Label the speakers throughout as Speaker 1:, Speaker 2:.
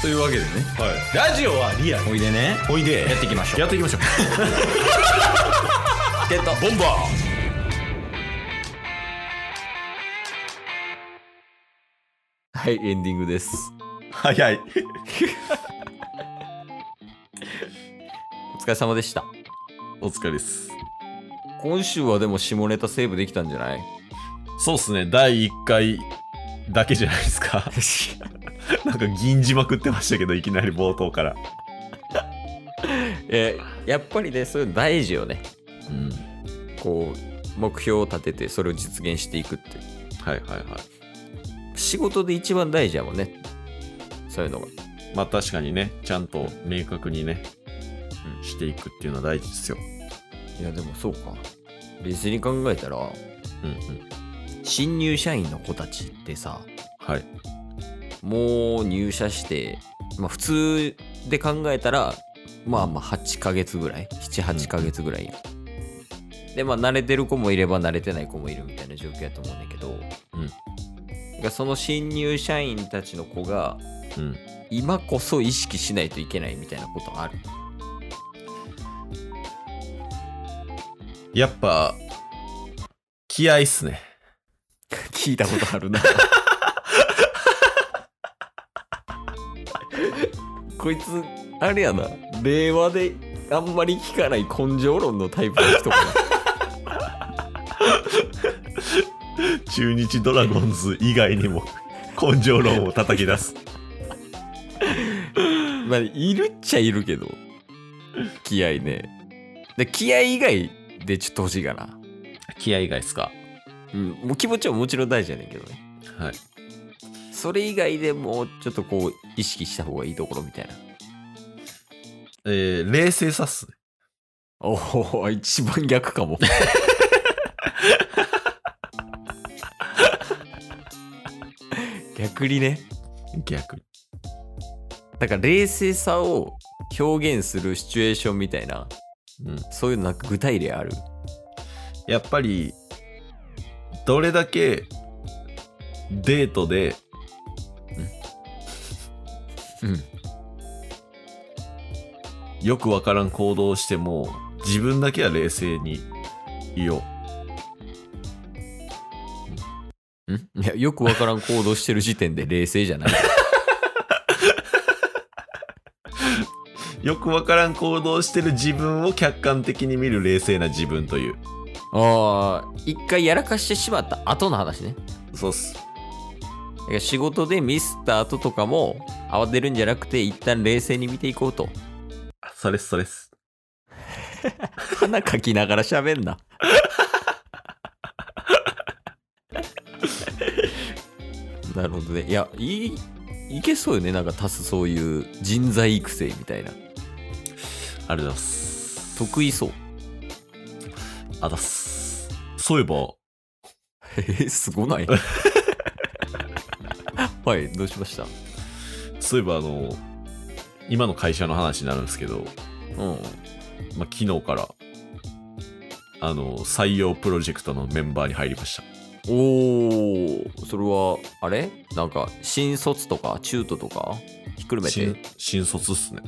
Speaker 1: というわけでね
Speaker 2: はい、ラジオはリアル
Speaker 1: おいでね
Speaker 2: おいで
Speaker 1: やっていきましょう
Speaker 2: やって いきましょう
Speaker 1: ってた
Speaker 2: ボンバ
Speaker 1: はいエンディングです
Speaker 2: ー早い
Speaker 1: お疲れ様でした
Speaker 2: お疲れです
Speaker 1: 今週はでも下ネタセーブできたんじゃない
Speaker 2: そうっすね第1回だけじゃないです かなんか銀じまくってましたけどいきなり冒頭から
Speaker 1: えやっぱりねそういうの大事よね
Speaker 2: うん
Speaker 1: こう目標を立ててそれを実現していくっていう
Speaker 2: はいはいはい
Speaker 1: 仕事で一番大事やもんねそういうのが
Speaker 2: まあ確かにねちゃんと明確にね、
Speaker 1: う
Speaker 2: していくっていうのは大事ですよ
Speaker 1: いやでもそうか別に考えたら
Speaker 2: うんうん
Speaker 1: 新入社員の子たちってさ
Speaker 2: はい
Speaker 1: もう入社して、まあ、普通で考えたらまあまあ8ヶ月ぐらい78ヶ月ぐらいや、でまあ慣れてる子もいれば慣れてない子もいるみたいな状況やと思うんだけど、がその新入社員たちの子が
Speaker 2: うん
Speaker 1: 今こそ意識しないといけないみたいなことある
Speaker 2: やっぱ気合いっすね
Speaker 1: 聞いたことあるなこいつあれやな令和であんまり聞かない根性論のタイプの人か
Speaker 2: 中日ドラゴンズ以外に も根性論を叩き出す
Speaker 1: なまあいるっちゃいるけど気合ねで気合以外でちょっと欲しいかな、
Speaker 2: 気合以外っすか
Speaker 1: うん、もう気持ちはもちろん大事やねんけどね
Speaker 2: はい
Speaker 1: それ以外でもうちょっとこう意識した方がいいところみたいな
Speaker 2: えー、冷静さっすね
Speaker 1: おお一番逆かも逆にね
Speaker 2: 逆に
Speaker 1: だから冷静さを表現するシチュエーションみたいな
Speaker 2: うん
Speaker 1: そういうのなんか具体例ある
Speaker 2: やっぱりどれだけデートで
Speaker 1: うん
Speaker 2: よくわからん行動をしても自分だけは冷静にいよ
Speaker 1: いやよくわからん行動してる時点で冷静じゃない
Speaker 2: うよくわからん行動をしてる自分を客観的に見る冷静な自分という
Speaker 1: ああ一回やらかしてしまった後の話ね
Speaker 2: そうっす
Speaker 1: だから仕事でミスった後とかも慌てるんじゃなくて一旦冷静に見ていこうと
Speaker 2: それっすそれっす
Speaker 1: 鼻かきながら喋んな。なるほどね。いや、いい、いけそうよね。なんか足すそういう人材育成みたいな。
Speaker 2: ありがとうございます
Speaker 1: 得意そう。
Speaker 2: あだっすそういえば
Speaker 1: えー、 すごないはい、どうしました
Speaker 2: そういえばあの今の会社の話になるんですけど、
Speaker 1: うん。
Speaker 2: まあ、昨日からあの採用プロジェクトのメンバーに入りました
Speaker 1: おー、それは、あれなんか、新卒とか、中途とか、ひっくるめて。
Speaker 2: 新
Speaker 1: へ
Speaker 2: 新卒っすね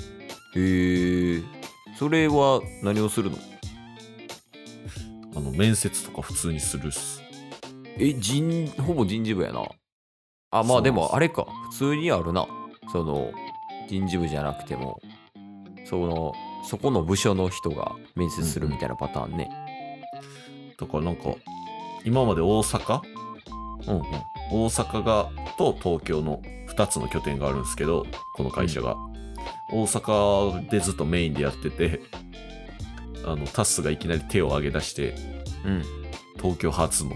Speaker 1: えー。それは何をするの
Speaker 2: あの面接とか普通にするっす
Speaker 1: え人ほぼ人事部やなあま
Speaker 2: そ
Speaker 1: あ
Speaker 2: う
Speaker 1: で
Speaker 2: です
Speaker 1: もあれか普通にあるなその人事部じゃなくてもそのそこの部署の人が面接するみたいなパターンね
Speaker 2: だからなんか今まで大阪
Speaker 1: うんうん
Speaker 2: 大阪がと東京の2つの拠点があるんですけどこの会社が、大阪でずっとメインでやっててあのタスがいきなり手を挙げ出して
Speaker 1: うん
Speaker 2: 東京初の、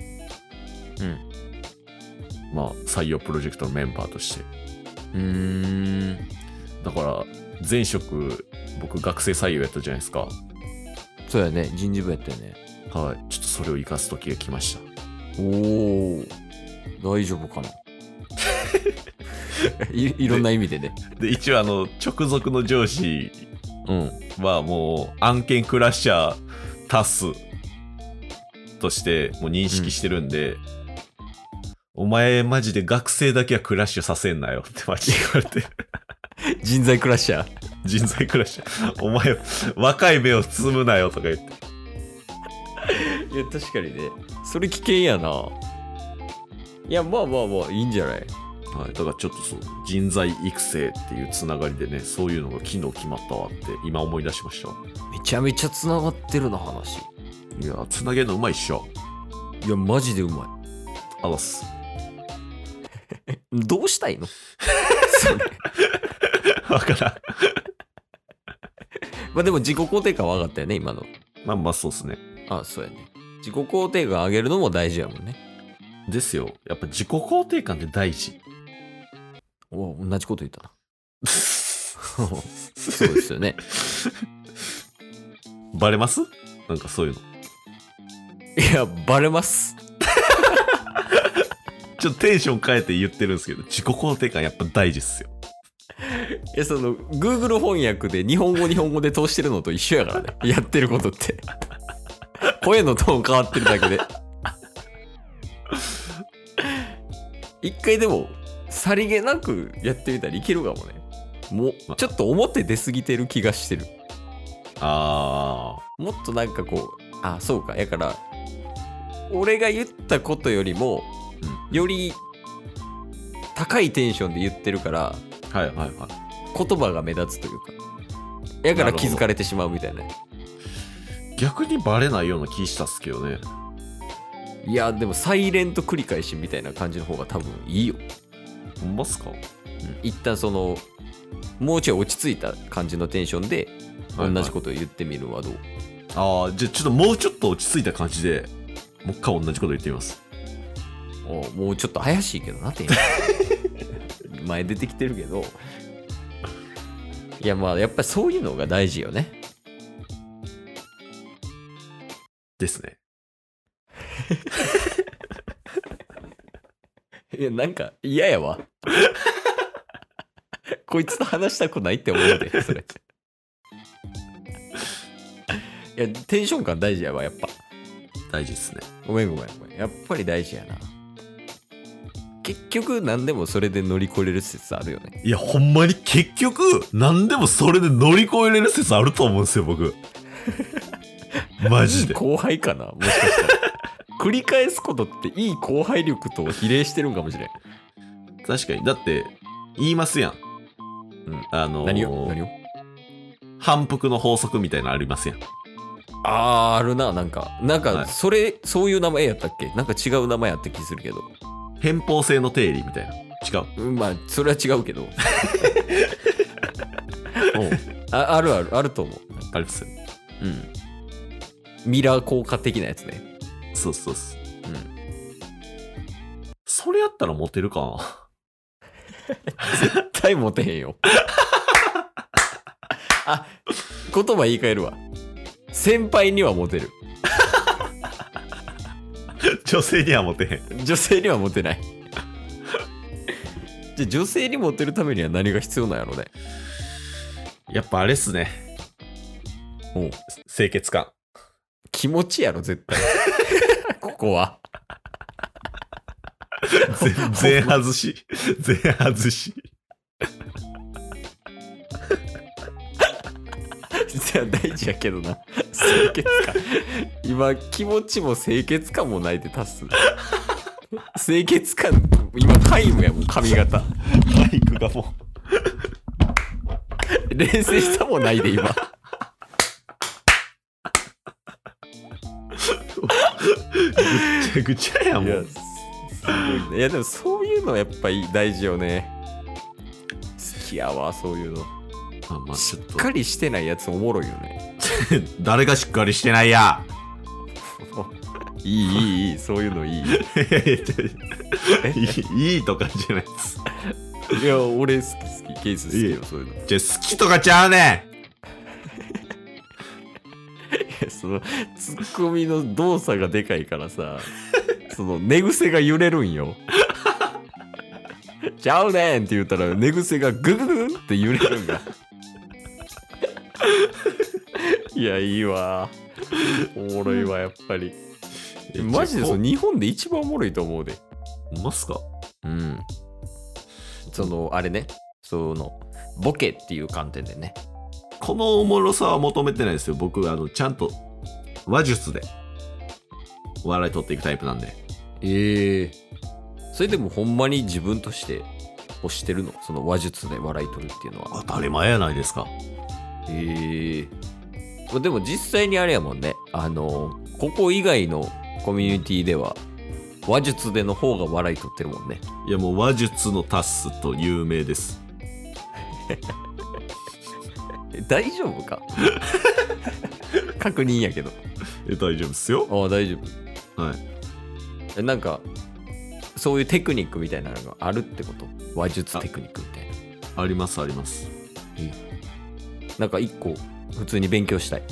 Speaker 2: まあ、採用プロジェクトのメンバーとして
Speaker 1: うんうーん
Speaker 2: だから前職僕学生採用やったじゃないですか
Speaker 1: そうやね人事部やったよね
Speaker 2: はいちょっとそれを生かす時が来ました
Speaker 1: おお大丈夫 かないいろんな意味でね
Speaker 2: で一応あの直属の上司
Speaker 1: うん
Speaker 2: はもう案件クラッシャータスとしてもう認識してるんで、 お前マジで学生だけはクラッシュさせんなよってマジで言われて
Speaker 1: 人材クラッシャー。
Speaker 2: 人材暮らしお前若い目をつむなよとか言って
Speaker 1: いや、確かにね。それ危険やな。いや、まあまあまあ、いいんじゃない
Speaker 2: はい、だからちょっとそう人材育成っていうつながりでねそういうのが昨日決まったわって今思い出しました
Speaker 1: めちゃめちゃ繋がってるな、話。
Speaker 2: いやつなげるのうまいっしょ
Speaker 1: いや、マジでうま
Speaker 2: あらす
Speaker 1: い。どう したいの
Speaker 2: わからん
Speaker 1: まあでも自己肯定感は上がったよね、今の。
Speaker 2: まあまあそうっすね
Speaker 1: あ、そうやね。自己肯定感上げるのも大事やもんね。
Speaker 2: ですよやっぱ自己肯定感って大事
Speaker 1: お同じこと言ったな。そうですよね。
Speaker 2: バレますなんかそういうの
Speaker 1: いや、バレます。
Speaker 2: ちょっとテンション変えて言ってるんですけど自己肯定感やっぱ大事っすよ
Speaker 1: いや、その、Google 翻訳で日本語、日本語で通してるのと一緒やからね。 やってることって。 声のトーン変わってるだけで。一回でも、さりげなくやってみたらいけるかもね。もう、ちょっと表出過ぎてる気がしてる。
Speaker 2: あ
Speaker 1: もっとなんかこうあそうかやから俺が言ったことよりも、より高いテンションで言ってるから
Speaker 2: ーはいはいはい
Speaker 1: 言葉が目立つというかやから気づかれてしまうみたいな
Speaker 2: 逆にバレないような気したっすけどね
Speaker 1: いやでもサイレント繰り返しみたいな感じの方が多分いいよ
Speaker 2: ほんまっすか
Speaker 1: 一旦そのもうちょい落ち着いた感じのテンションで同じことを言ってみるのはどう、
Speaker 2: ああじゃあちょっともうちょっと落ち着いた感じでもう一回同じこと言ってみます
Speaker 1: おもうちょっと怪しいけどなって前出てきてるけどいやまあやっぱりそういうのが大事よね
Speaker 2: ですね
Speaker 1: いやなんか嫌やわ こいつと話したくないって思うでそれいやテンション感大事やわやっぱ
Speaker 2: 大事ですね
Speaker 1: ごめんごめんごめんやっぱり大事やな結局何でもそれで乗り越えれる説あるよね
Speaker 2: いや、ほんまに結局、何でもそれで乗り越えれる説あると思うんですよ、 僕。マジ
Speaker 1: いい
Speaker 2: で。
Speaker 1: 後輩かなもしかした ら繰り返すことっていい後輩力と比例してるんかもしれん
Speaker 2: 確かに。だって、言いますやん。
Speaker 1: うん
Speaker 2: あのー
Speaker 1: 何を何を
Speaker 2: 反復の法則みたいなのありますやん。
Speaker 1: あーあるななんかなん
Speaker 2: は
Speaker 1: か
Speaker 2: い
Speaker 1: それ、そういう名前やったっけなんか違う名前やった気するけど
Speaker 2: 偏方性の定理みたいな。違う。
Speaker 1: うんまあそれは違うけどおうああるあるあると思う
Speaker 2: ありますよ。
Speaker 1: うんミラー効果的なやつね
Speaker 2: そうそうそう。
Speaker 1: うん
Speaker 2: それやったらモテるかな。
Speaker 1: 絶対モテへんよあ言葉言い換えるわ先輩にはモテる
Speaker 2: 女性にはモテへん。
Speaker 1: 女性にはモテないじゃあ女性にモテるためには何が必要なんやろね
Speaker 2: やっぱあれっすね。
Speaker 1: おう
Speaker 2: 清潔感。
Speaker 1: 気持ちやろ絶対 ここは
Speaker 2: 全外し。全外し。
Speaker 1: じゃあ大事やけどな清潔感今気持ちも清潔感もないって足す清潔感今皆無やもん髪型
Speaker 2: マイクがもう。
Speaker 1: 冷静さもないで今
Speaker 2: ぐちゃぐちゃやも
Speaker 1: いや
Speaker 2: ん。
Speaker 1: すごいねいやでもそういうのやっぱり大事よね好きやわそういうの
Speaker 2: まあまあ
Speaker 1: し
Speaker 2: ちょ
Speaker 1: っ
Speaker 2: っと
Speaker 1: かりしてないやつおもろいよね
Speaker 2: 誰がしっかりしてないや。
Speaker 1: いいいいいいそういうのいい
Speaker 2: いいいいとかじゃないです。
Speaker 1: いや俺好き好きケース好きよそういうの
Speaker 2: じゃあ好きとかちゃうね
Speaker 1: そのツッコミの動作がでかいからさ その寝癖が揺れるんよ ちゃうねんって言ったら寝癖がグググンって揺れるんが いやいいわおもろいわやっぱり
Speaker 2: ん。
Speaker 1: マジでそ
Speaker 2: の
Speaker 1: の日本で一番おもろいと思うで
Speaker 2: ほんまっすか
Speaker 1: うんそのあれねそのボケっていう観点でね
Speaker 2: このおもろさは求めてないですよ。僕、あの、ちゃんと話術で笑い取っていくタイプなんで。
Speaker 1: ええそれでもほんまに自分として欲してるのその話術で笑い取るっていうのは
Speaker 2: 当たり前やないですか。
Speaker 1: ええまあでも実際にあれやもんねあのここ以外のコミュニティでは話術での方が笑い取ってるもんね
Speaker 2: いや、もう話術のタッスと有名です。
Speaker 1: え大丈夫か 確認やけど
Speaker 2: え、大丈夫ですよ。
Speaker 1: ああ大丈夫
Speaker 2: はい。
Speaker 1: えなんかそういうテクニックみたいなのがあるってこと話術テクニックみたいな
Speaker 2: あります、あります。
Speaker 1: なんか一個普通に勉強したい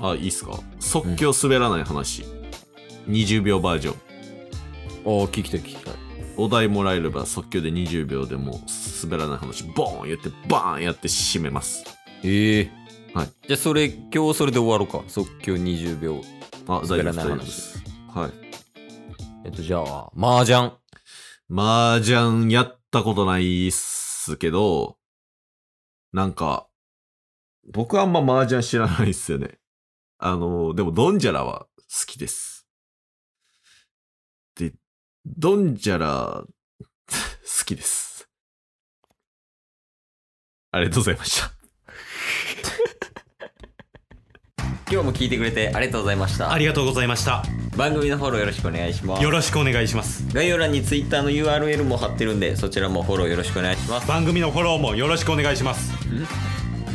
Speaker 2: あ、いいっすか。即興滑らない話。20秒バージョン。
Speaker 1: ああ聞きたい聞きたい
Speaker 2: お題もらえれば即興で20秒でもう滑らない話、ボーン言って、バーンやって締めます。
Speaker 1: ええ
Speaker 2: はい
Speaker 1: じゃあそれ今日それで終わろうか即興20秒
Speaker 2: あ、
Speaker 1: 滑
Speaker 2: 大丈夫で
Speaker 1: ら
Speaker 2: す、
Speaker 1: ない話
Speaker 2: 大丈夫です。はい。
Speaker 1: えっとじゃあ麻雀
Speaker 2: 麻雀やったことないっすけど、なんか、僕はあんま麻雀知らないっすよね。あの、でもドンジャラは好きです。で、ドンジャラ、 好きです。ありがとうございました。
Speaker 1: 今日も聞いてくれてありがとうございました
Speaker 3: ありがとうございました
Speaker 1: 番組のフォローよろしくお願いします
Speaker 3: よろしくお願いします
Speaker 1: 概要欄に Twitter の URL も貼ってるんでそちらもフォローよろしくお願いします
Speaker 3: 番組のフォローもよろしくお願いします